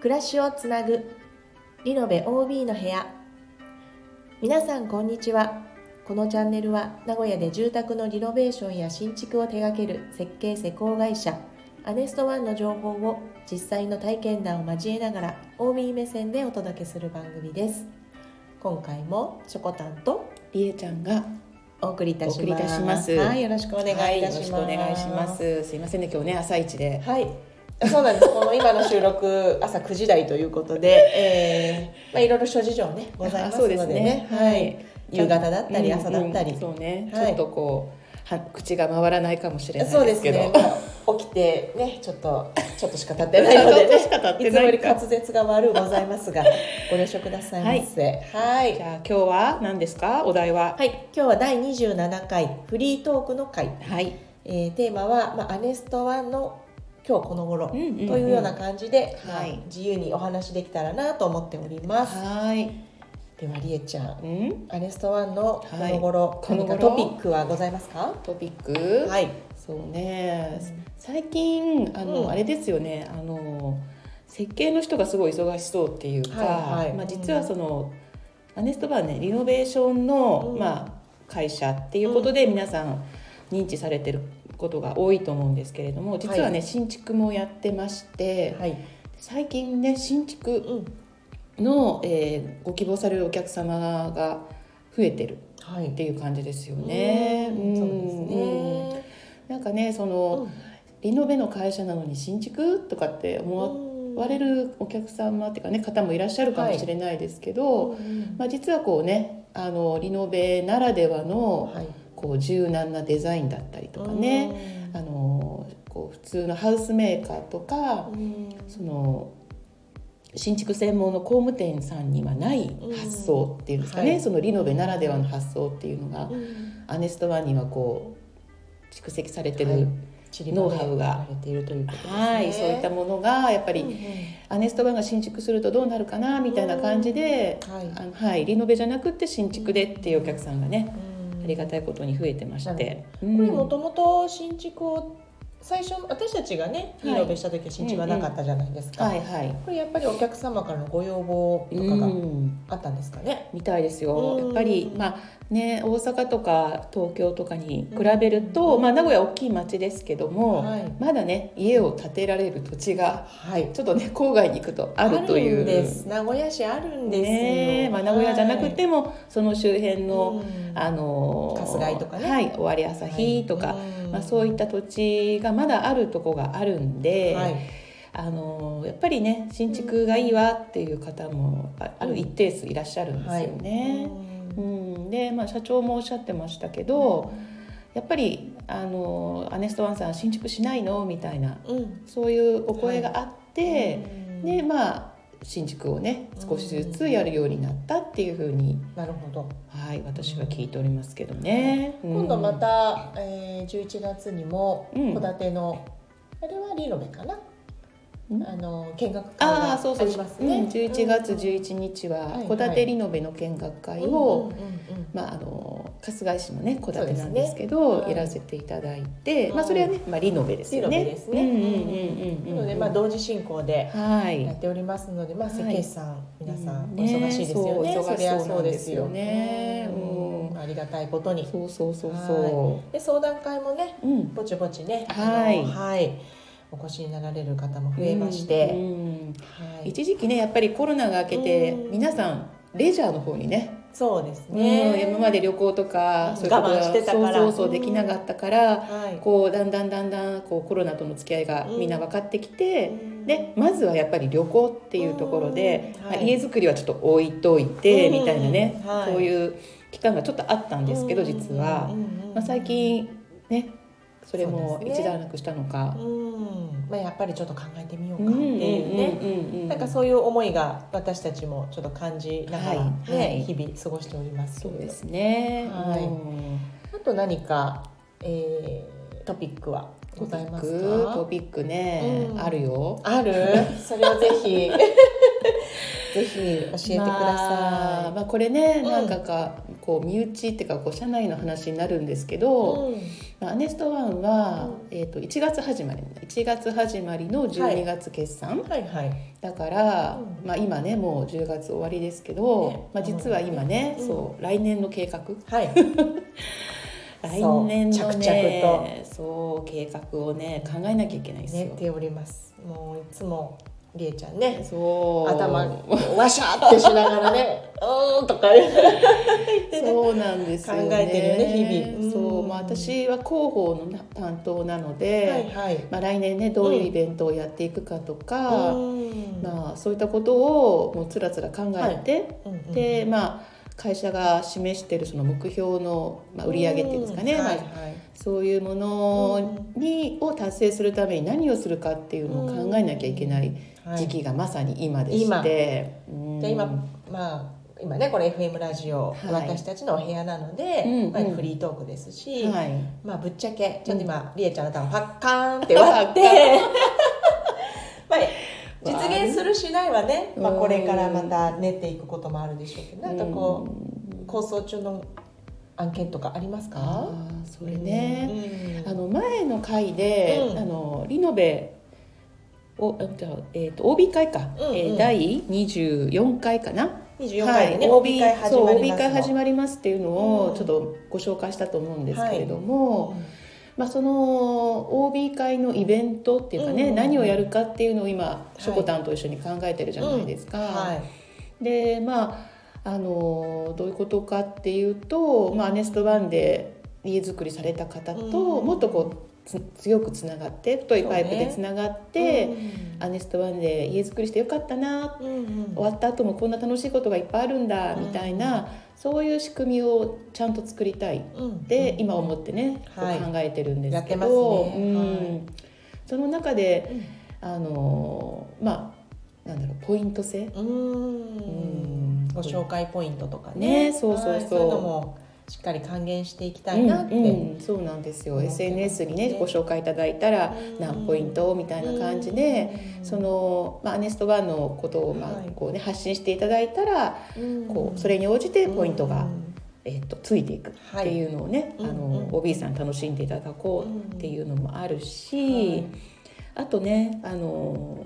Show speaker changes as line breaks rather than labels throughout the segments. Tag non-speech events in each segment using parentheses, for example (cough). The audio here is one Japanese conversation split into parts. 暮らしをつなぐリノベ OB の部屋皆さんこんにちはこのチャンネルは名古屋で住宅のリノベーションや新築を手掛ける設計施工会社アネストワンの情報を実際の体験談を交えながら OB 目線でお届けする番組です今回もしょこたんと
りえちゃんが
お送りいたします
お送りいたします
はいよろしくお願いいたします、
はいよろしくお願いしますすいませんね今日ね朝一で
はい。そうなんです。この今の収録朝9時台ということで、えー、まあいろいろ諸事情ねございま
あ
す
そ
の
う
で
です
ね。
ね
はい。夕方だったり朝だったり。
うんうんそうね、
はい
ちょっとこうは口が回らないかもしれない
そう
で
ですす
けど
ね。
(laughs)
まあ起きてねちょっとちょっとしか経ってないので、
(laughs) ちょっ
ね、
としか経って
いつも
ない
よ
か
り滑舌が悪うございます
(laughs)
がご了承くださいませ。はい。
じゃあ今日は何ですかお題は
はい、今日は第27回フリートークの会、
はい
えーテーマは、まあ、アネストワンの今日この頃
うんうんうん
というような感じで、まあ
はい
自由にお話できたらなと思っております。
はい
ではりえちゃん
うん
アネストワンのこの
は
頃、
い
何か
こ
ト
の頃
ピックはございますか
トピック、
はい
そうね、
うん
最近あの、
うん
あれですよねあの設計の人がすごい忙しそうっていうか、
はいはい
まあ、実はその、アネストバーねリノベーションの、
うん
まあ、会社っていうことで皆さん認知されてることが多いと思うんですけれども実はね、新築もやってまして、
はい、
最近ね新築
うん、
の、えーご希望されるお客様が増えてる
はい
っていう感じですよね。
うんそうです
うん
ね
なんかねその、リノベの会社なのに新築とかって思われ
る
るお客様っていうかね方もいらっしゃるかもしれないですけど、まあ、実はこうねあのリノベならではの
はい
こう柔軟なデザインだったりとかね、あのこう普通のハウスメーカーとか
うん
その新築専門の工務店さんにはない発想っていうんですかね、
うんはい
そのリノベならではの発想っていうのが、
うん
アネストワンにはこう蓄積されてる、
はい散りばめ
ノウハウが
られているということですね
はい、そういったものがやっぱり、
うんうん
アネストバンが新築するとどうなるかなみたいな感じで、
はい
あのはい、リノベじゃなくって新築でっていうお客さんがね、
うん
ありがたいことに増えてまして、
こ
うん
れもともと新築を最初私たちがねリノベした時は新築はなかったじゃないですか、
はいはい、
これやっぱりお客様からのご要望と
う
かが
ん、
あったんですかね、
みたいですよ、
うん
やっぱり、まあね、大阪とか東京とかに比べると、まあ、名古屋大きい町ですけども、
はい
まだね家を建てられる土地が
はい
ちょっとね郊外に行くとあるという。
んです名古屋市あるんですよ、
ねまあ、名古屋じゃなくても、その周辺
う
の、
ん
あのー
春日井とかね
はい、尾張旭とか、
うん
まあ、そういった土地がまだあるとこがあるんで、
はい
あのーやっぱりね新築がいいわっていう方もあある一定数いらっしゃるんですよね。
うん
うん、で、まあ、社長もおっしゃってましたけどやっぱり、あのーアネストワンさん新築しないの?」みたいな
うん
そういうお声があって、
うん
でまあ新築をね少しずつやるようになったっていうふうに、
なるほど
はい、私は聞いておりますけどね。うん
今度また、えー、11月にも
うん
戸建ての、あれはリノベかな、
うん
あの見学会
あ
が
あそうそ
あ
う
りますね、
うん、11月
日
11日
はいは
はい戸建てリノベの見学会を、まあ、あの春日井市のね戸建てなんですけ
そうですね
ど
はい
やらせていただいて、ま
は
あ、
い
それはね、まあ、リノベですよね。
リノベですね
うんうんうんうん
なので、まあ、同時進行で
は
や
い
っておりますので、まあ、
はい
設計士さん、皆さんお
ね
忙しいですよね。
そう
そりゃ
忙しそうなんですよね
そうですよ
うん
ありがたいことに。
そうそうそうそ
で、相談会もね、
う。うん、
ぼちぼちね、
はい
あのはい、お越しになられる方も増えまし
う
て。
ん
はい、
一時期ねやっぱりコロナが明けて
うん
皆さんレジャーの方にね
そうです
うん
ね。
今まで旅行とかそういうこと
我慢
が
してたから
そうそうそうできなかったから、
はい、
こうだんだんだんだんこうコロナとの付き合いがみんな分かってきて、でまずはやっぱり旅行っていうところで、
うん
まあ
はい
家づくりはちょっと置いといて、
うん
みたいなね、
はい
そういう期間がちょっとあったんですけど、実は、まあ、最、近ねそれ
そ
も
うですね
一段落したの
う
か
ん。うんまあ、やっぱりちょっと考えてみよう
う
か
ん
っていうね。
うんうんうん
なんかそういう思いが私たちもちょっと感じながら、ね
はいはい
日々過ごしておりますけ
そ
れ
う
ど
ですね、
はい
うん
あと何か、えートピックはご
トピ
ざい
ッ
ます
クト
か
ピックね、
うん
あるよ (laughs)
あるそれをぜひぜひ教えてください、
まあまあこれね、
うん
なんかかこう身内っていうかこう社内の話になるんですけど、
うん
まあ、アネストワンは、
うん
えー、と1月始まり1月始まりの12月決算、
はいはい
だから、
う
まあ、今ねもう10月終わりですけど、
ね
まあ、実は今ね、
うん
そう来年の計画
はい
来年のね
そう
そう計画をね考えなきゃいけないんです
寝
よ。
ておりますもういつもりえちゃんね
そう
頭わしゃーってしながら
(laughs)
ね「うーん」とか言ってね
そうなんですよね
考えてるね日々うん
そう、まあ、私は広報のな担当なので、
はいはい
まあ、来年ねどういうイベントをやっていくかとか、
うん
まあ、そういったことをもうつらつら考えて、
うんうん
で、まあ会社が示しているその目標の、まあ、売り上げっていうんですか
う
ね、
ん
ま
は
あ
いはい
そういうものにを達成するために何をするかっていうのを考えなきゃいけない
はい
時期がまさに今で
今
して、うん
じゃあ今まあ今ねこれ FM ラジオ、
はい
私たちのお部屋なので、
うんうん
まあ、フリートークですし、
はい、
まあぶっちゃけちょっと今、りえちゃんの頭パッカーンって割って (laughs) まあ実現するしないはね、まあ、これからまた練っていくこともあるでしょうけどなんかこう、
うん
構想中の案件とかあります
あ
か
ーそれね、、
うん
あの前の回で、
うん
あのリノベをあじゃあ、えー、と OB 会か、
うんうん
えー第24回かな
24回でね、
はい
OB 会始
そう
ま
OB
ります
会始
ま
まりますっていうの
う
を
ん
ちょっとご紹介したと思うんですけれども、まあ、その OB 会のイベントっていうかね、
うんうん
何をやるかっていうのを今
い
しょこたんと一緒に考えてるじゃないですか。
はい
でまああのどういうことかっていうと、まあ、アネストワンで家づくりされた方と、
うん
もっとこうつ強くつながって太いパイプ
そうね
でつながって、
うん
アネストワンで家づくりしてよかったな
うんうん
終わった後もこんな楽しいことがいっぱいあるんだ
うん
みたいな、そういう仕組みをちゃんと作りたい
うん
で、今思ってね、こう
はい
考えてるんですけ
や
ど
ってますね
うん
は
その中で
うん
あのまあなんだろうポイント制
うーん
ん
ご紹介ポイントとかね
ねそうそうそう
はいそういうのもしっかり還元していきたいなって、
うんうんそうなんですよ
思ってますね
SNS にねご紹介いただいたら
うん
何ポイントみたいな感じで。そのまあ、アネストワンのことを、まあ
はい
こうね、発信していただいたら
うん、
こうそれに応じてポイントが、
うん
えっとついていくっていうのをね、
はい
あ
うんう
の
ん
OB さん楽しんでいただこうっていうのもあるし、
はい
あとねあの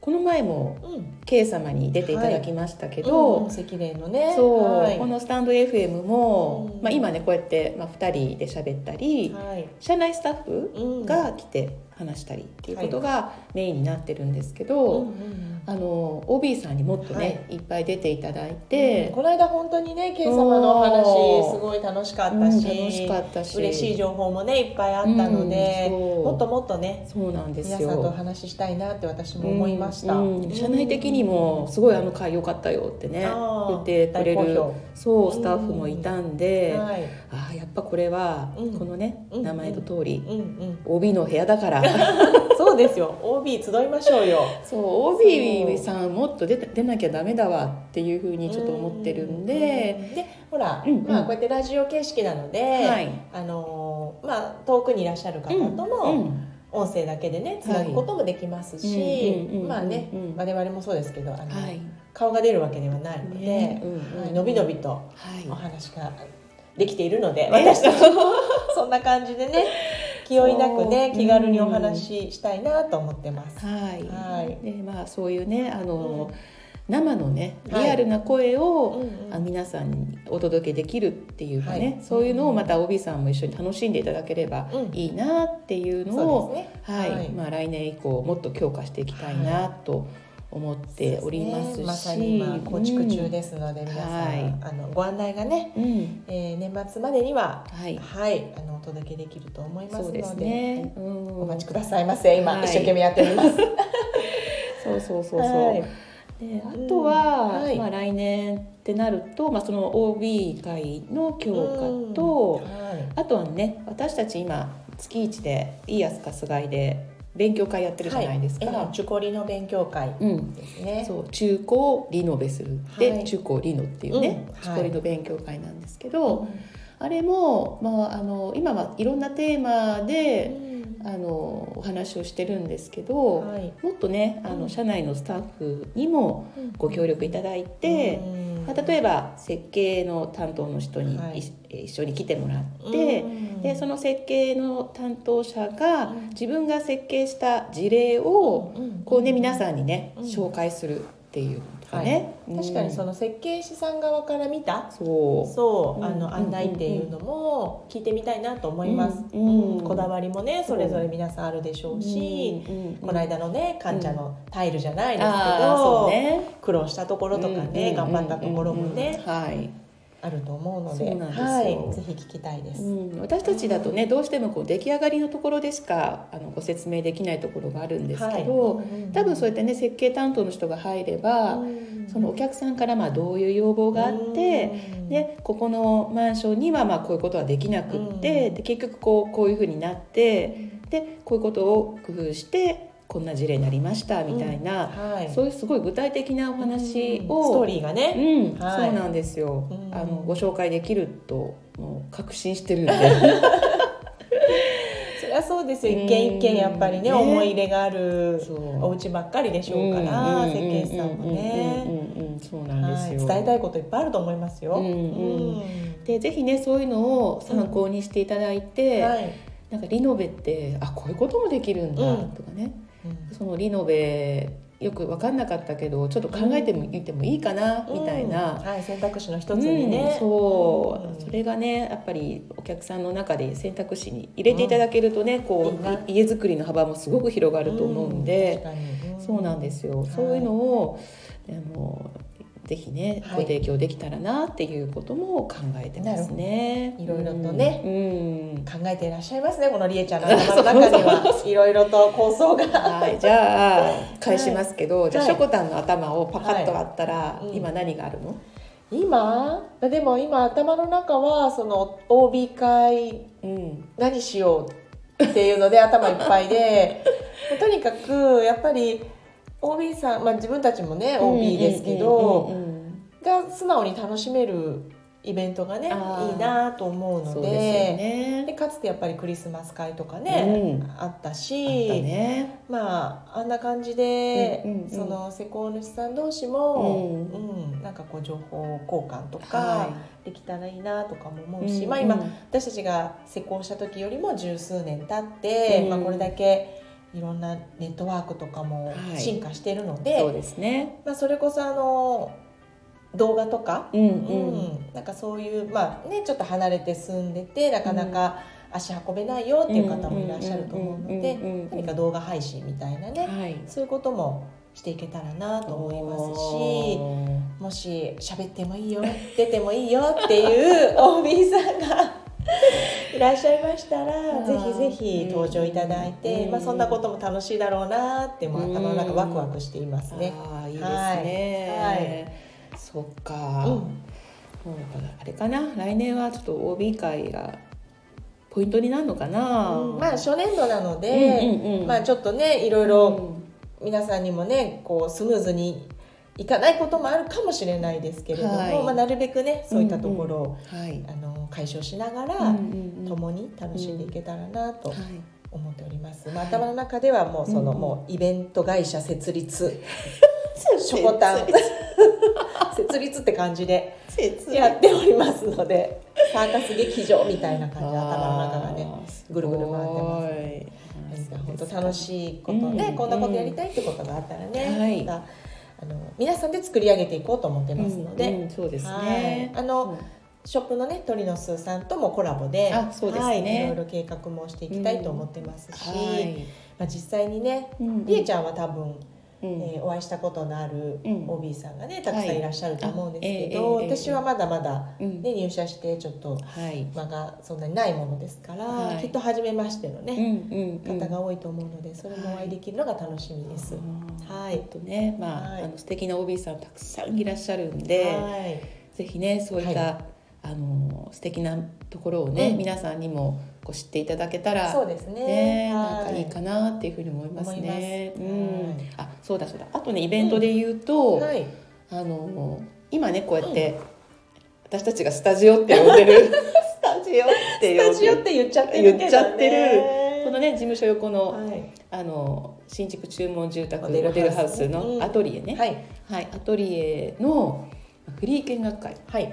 この前も
うん、
K 様に出ていただきましたけど、
うん赤例のね
そう、
はい
このスタンド FM も、
うん
まあ、今ねこうやって、まあ、2人で喋ったり、
はい
社内スタッフ
うん
が来て話したりっていうことがメインになってるんですけど、
うんうん
あの OB さんにもっとね、い、っぱい出ていただい
うん
て、
この間本当にね K 様のお話すごい楽しか
う
っ
ん
たし,、
楽しかったし
嬉しい
情
情報もねいっぱいあったので、
うんそう
もっともっとね
そうなんです
皆
よ
さんとお話ししたいなって私も思いました、
うんうん社内的にもすごいあの回良かったよってね
あ
言
ー
ってくれ
大
る
好
そうスタッフもいたんで、
評はい
ああやっぱこれは、
うん
このね
うん
名前の通り、
うんうん、
OB の部屋だ (laughs) から
そうですよ OB 集いましょうよ
そう
そう
OB さんもっと出た出なきゃダメだわっていうふうにちょっと思ってるんで、
うんでほら、
うんうん
まあ、こうやってラジオ形式なので、
はい
あのーまあ、遠くにいらっしゃる方と
うんう
も
ん
音声だけでねつなぐこともできますし、
はいうんうんうん
まあね
うん
我々もそうですけどあの、
はい
顔が出るわけではないので、
ねうん
はいのびのびとお
は
話ができているので、
ね (laughs)
私たちもそんな感じでね気負いなくね
そう
気軽にお話ししたいなと思ってます。
い、
は
はいいでまあ、そういうねあの、
うん
生のねリ
はい
アルな声
う
を、
んうん
あ皆さんにお届けできるっていうかね、
はい
そういうのをまた OB さんも一緒に楽しんでいただければ
うん
いいなっていうのを、
そうですね
はい
はい
まあ、来年以降もっと強化していきたいなと思っておりま
そ
すし、
うでねまさに今構築中ですので、
ん
皆さん、
はい
あのご案内がね、
うん、うん
えー年末までには
はい、
はいあのお届けできると思います
そ
の
う
で
ですね、う
お
ん
待ちくださいませ今、
はい
一生懸命やっており
(laughs)
ます。
そうそうそうそう、
はい
であと
う
は、
んはい
まあ、来年ってなると、まあ、その OB 会の強化と、
うんはい
あとはね私たち今月1でいいやすかすがいで勉強会やってるじゃないですか。
はい絵のチュコリの勉強会
うん
ですね。
そう中古をリノベするで、
はい
中古をリノっていうね、
うんはい
中古リノ勉強会なんですけ
う
ど、あれも、まあ、あの今はいろんなテーマで、
ん
あのお話をしてるんですけど、
はい
もっとねあの、
うん
社内のスタッフにもご協力いただいて、まあ、
で
例えば設計の担当の人に、
はい
い一緒に来てもらって、でそ
の
の設計の担当者が
うん
自分が設計した事例をこうね皆さんにね
うん
紹介するっていうかね、うん
確かにその設計士さん側から見た
そう
そう
うん
あ
うん
の案内っていうのも聞いてみたいなと思います、
うん
うんこだわりもねそれぞれ皆さんあるでしょうし、
うんうんうん
この間のねかんちゃんのタイルじゃないですけ
あー
ど、
そうね
苦労したところとかね、
うんうん
頑張ったところもね、
うんはい、
あると思うので
そうなんですよ
はい、ぜひ聞きたいです。
うん私たちだとねどうしてもこう出来上がりのところでしかあのご説明できないところがあるんですけど、
はい
多分そうやってね設計担当の人が入れば、
うん
そのお客さんからまあどういう要望があって、、
うん、
ね、ここのマンションにはまあこういうことはできなくって、
うん
で結局こうこういうふうになってでこういうことを工夫してこんな事例になりましたみたいな、
はい、
そういうすごい具体的なお話を、
ストーリーがね、
うん、
はい
そうなんですよ。
うん
あのご紹介できるともう確信してる
(laughs)
んで、
そりゃそうですよ
うん
一軒一軒やっぱりね
ね
思い入れがある
そ
お
う。
家ばっかりでしょうから、設計士さんも
う
ね、
んうんうんうんうん、そうなんですよ。
はい伝えたいこといっぱいあると思いますよ。
うんうんでぜひねそういうのを参考にしていただいて、
はい
なんかリノベってあこういうこともできるんだとかね、
うん
そのリノベよく分かんなかったけどちょっと考えてみてもいいかな、みたい
うん
な、
はい、選択肢の一つにね、
うんそう、
うん
それがねやっぱりお客さんの中で選択肢に入れていただけるとね、
い
こ
いうない
家づくりの幅もすごく広がると思うんで、
うん確かに
そうなんですよ、
はい
そういうのをあのぜひね
はい
ご提供できたらなっていうことも考えてますね。
なるほどいろいろとね
うんうん
考えていらっしゃいますねこのりえちゃんの
(laughs)
頭の中にはいろいろと構想が
はい、じゃあ返しますけど、じゃあ
はい
しょこたんの頭をパカッと割ったら、
いうん
今何があるの、
今でも今頭の中はその OB 会
うん
何しようっていうので頭いっぱいで (laughs) もうとにかくやっぱり OB さん、まあ、自分たちもね OB ですけ
う
ど
んうんうんうん
が素直に楽しめるイベントがねいい
あー
なと思う
そ
の
う
で
ですよね。
でかつてやっぱりクリスマス会とかね、
うん
あった
あ
し
ったね。
まああんな感じで、
うんうんうん
その施工主さん同士も、うんなんかこう情報交換とかできたらいいなとかも思うし、まあ、今私たちが施工した時よりも十数年経って、
うん
まあ、これだけいろんなネットワークとかも
はい
進化してるので、
そうですね。
まあ、それこそあの動画とか、
うん
うんなんかそういう、まあね、ちょっと離れて住んでてなかなか足運べないよっていう方もいらっしゃると思うので。何か動画配信みたいなね
はい、
そういうこともしていけたらなと思いますしもし喋ってもいいよ出てもいいよっていう OB さんがいらっしゃいました
(laughs)
ら
ー
ぜひぜひ登場いただいて、
うん
まあ、そんなことも楽しいだろうなってもう頭の中ワクワクしていますね。
ああいいですね。そっか。
うん
もうやっぱあれかな来年はちょっと OB 会がポイントになるのかな。
うんまあ初年度なの
う
で、
んうんうん
まあ、ちょっとねいろいろ皆さんにもねこうスムーズにいかないこともあるかもしれないですけれども、
はい
まあ、なるべくねそういったところを、
うんはい。
あの解消しながら、
うんうんうん
共に楽しんでいけたらなと
はい
思っております、まあ、頭の中ではもうその、
うん
もうイベント会社設
(laughs)
立しょこたん設立って感じで
設
やっておりますのでサーカス劇場みたいな感じで頭の中がね。ぐるぐる回ってます
ます
本当楽
い。
しいことね、
うん
こんなことやりたいってことがあったら
は
ね、
い
またあの皆さんで作り上げていこうと思ってますので、
うんうんそうですね。
はいあのショップのね鳥の巣さんともコラボで
あそうですね
はい、いろいろ計画もしていきたいと思ってますし、まあ、実際にねりえちゃんは多分、
ゃん、うん
えーお会いしたことのある
うん
OB さんがねたくさんいらっしゃると思うんですけ
あ
ど、
ええええええ
私はまだまだ、
うん
ね、入社してちょっと
はい、
間がそんなにないものですから、
はい
きっと初めましての
うん
ね、
うんうん、
方が多いと思うのでそれもお会いできるのが楽しみです。は
はいい、えっとね、まあ、
はい
あの素敵な OB さんたくさんいらっしゃるんで、
はい
ぜひねそういった、
は
あの素敵なところをね、
うん
皆さんにもこう知っていただけたら、
そうですね
ね、
は
なんかいいかなっていうふうに思いますね。
思います
うん、あ、そうだそうだ。あとねイベントで言うと、
はい
あの今ねこうやって、私た
(laughs)
ちがスタジオって呼んでるスタジオって
スタジオ
呼ん
っ
でる
て言っちゃってるけどね
言っちゃってる
ね
このね事務所横の,、
はい
あの新築注文住宅
モ
モ
デ
デ
ル
ル
ハ
ハ
ウ
ウ
スね
ス
うん
のアトリエね、
はい
はい、アトリエのフリー見学会
はい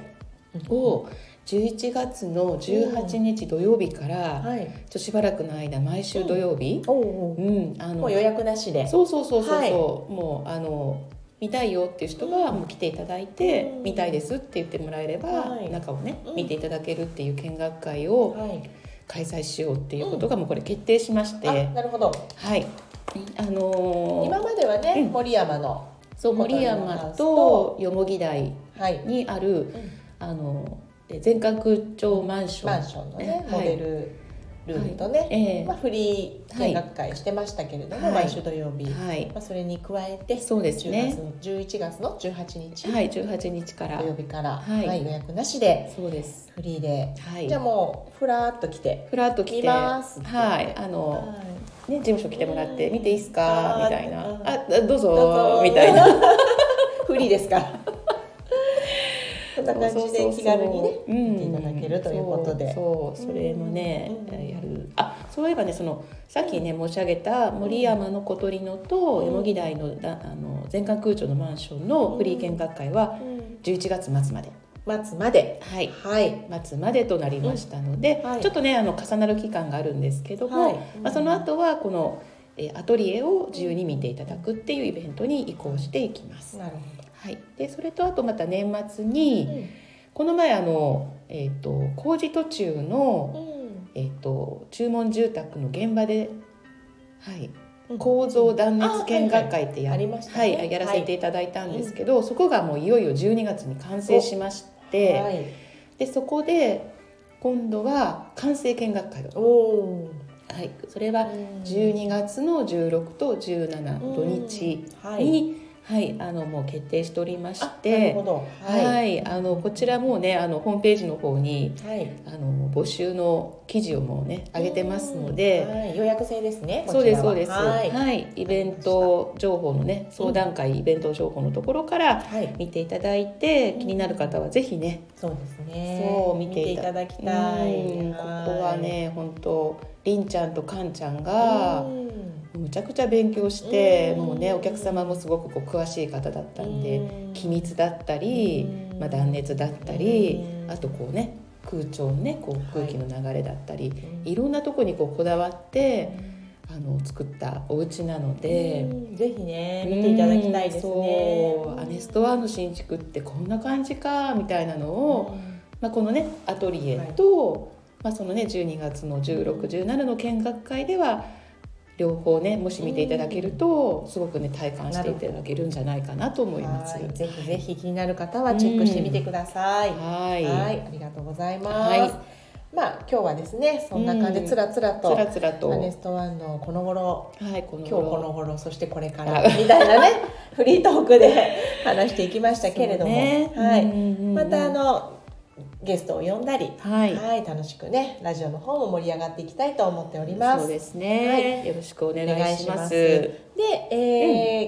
を11月の18日土曜日から
はい
ちょっとしばらくの間毎週土曜日、
おうおう
うんあの
もう予約なしで
そうそうそうそうそう、
はい
もうあの見たいよっていう人はもう来ていただいて、
うん
見たいですって言ってもらえれば、
はい
中をね
うん
見ていただけるっていう見学会を
はい
開催しようっていうことがもうこれ決定しまして、
あなるほど
はいあのー
今まではね
うん
森山の
そう森山とよもぎ台
はい
にあるあのえ全角町マンシ
マ
ョ
ン
ン
ションのね
はい
モデルルームとね
え
まあフリー見学会してましたけれども
はい
毎週土曜日
え
ま
はい
あそれに加えて
そうですね
10月の11月の18日
はい18日から
土曜日から
はい
はい予約なしで
そうです
フリーで
はい
じゃあもうふらっと来て
ふらっと来
見
ては
ます
いあの
はい
ね、事務所来てもらって「見ていいっす
あ
か?」
ー
みたいな
う
「
ん
あどうぞ
どうぞ
みたいな
(laughs) フリーですから。こんな感じで気軽にね、見ていただけるということで。
そうそうそれもね、
うんうん
やるあそういえばねそのさっきね申し上げた森山の小鳥野と
うん
蓬木台のだあの全館空調のマンションのフリー見学会は11月末まで、
待つまで。
はい、
はい。
末までとなりましたので、
うんはい
ちょっとねあの重なる期間があるんですけども、
はい
まあ、その後はこのえーアトリエを自由に見ていただくっていうイベントに移行していきます。
なる
はい、でそれとあとまた年末
ほど。
にこの前あの、えー、と工事途中の、えー、と注文住宅の現場で、はい、
こ
構造断熱見学会って
あ
や,、
は
は
はいあ
いい
りましたね
やらせていただいたんですけど、そこがもういよいよ12月に完成しまし
う
て、
はい。
でそこで今度は完成見学会を、
おお。
はい、それは12月の16と17土日
はい。
に、はいあのもう決定しておりまし
あなる
て
ほ。ど。
はい、
い。
あのこちらもうねあのホームページの方に
はい。
あの募集の記事をもうね上げてますので、
はい予約制ですね。こ
そう
ち
で
ら
す
は
そうです
は
はい、
い。
イベント情報のね相談会、イベント情報のところから
はい。
見ていただいて、
うん
気になる方はぜひね、
そうですね。
そう見て
い
い
た
た
だき
うん
たい。
ここはね本当りんちゃんとかんちゃ
は
んが
い。、
むちゃくちゃ勉強して、
うん
もうねお客様もすごくこう詳しい方だったんで、
うん
気密だったり、
うん
まあ、断熱だったり、
うん
あとこうね空調のねこう空気の流れだったり、
うん
い、ろんなとこにこうこだわってあの作ったお家なので。
うんぜひね見ていただきたいですね。
うんそうアネストワーの新築ってこんな感じかみたいなのを、まあ、このねアトリエと、まあ、そのね12月の1617の見学会では両方ねもし見ていただけるとすごくね体感していただけるんじゃないかなと思います。
はいぜひぜひ気になる方はチェックしてみてください。
はい、
はい、ありがとうございます。
はい
まあ今日はですねそんな感じで
うん
つらつらと、
つらつらと、
アネストワンのこの頃
はいこ
今
の
日この頃そしてこれから
あ
みたいな
(laughs)
ねフリートークで (laughs) 話していきましたけれども、は
うん
い、
うんうん
またあのゲストを呼んだり。
はい、
はい、楽しくね、ラジオの方も盛り上がっていきたいと思っております。
そうですね、よろしくお願
お願い
い
し
し
ま
ますす。
で、え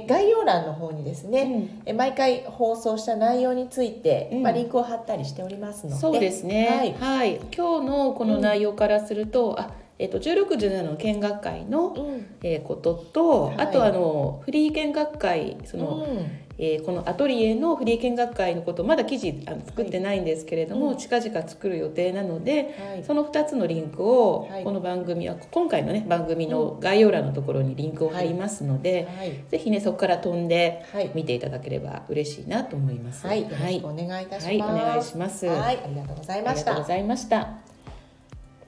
ー概要欄の方にですね、
うん
え毎回放送した内容について、
うん
まあ、リンクを貼ったりしておりますので
そうですね、
は
はい、今日のこの内容からすると、あえっ、と16、17の見学会の
い、うん
えーことと、
はい
あとあのフリー見学会その、
うん
えーこのアトリエのフリー見学会のことまだ記事あの作ってないんですけれども、
うん
近々作る予定なので、
はい
その2つのリンクを、
はい
この番組は今回のね番組の概要欄のところにリンクを貼りますので、
はい
ぜひねそこから飛んで
はい、
見ていただければ嬉しいなと思います。
はい、よろ
は
し
い
くお願いいた
は
し
い、お
ます。
願いします。
はいありがとうござい
あ
ま
り
し
がとう
た。
ございました。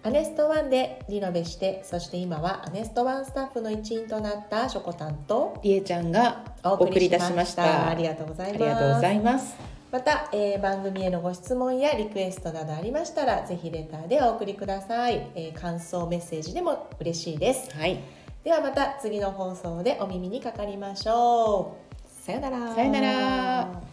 アネストワンでリノベして、そして今はアネストワンスタッフの一員となったしょこたんと
りえちゃんがお送りいたしました。
ありがとうござい
あ
ま
り
す。
がとうございます。
また、えー番組へのご質問やリクエストなどありましたらぜひレターでお送りください、えー感想メッセージでも嬉しいです
はい、
ではまた次の放送でお耳にかかりましょうさよなら
さよなら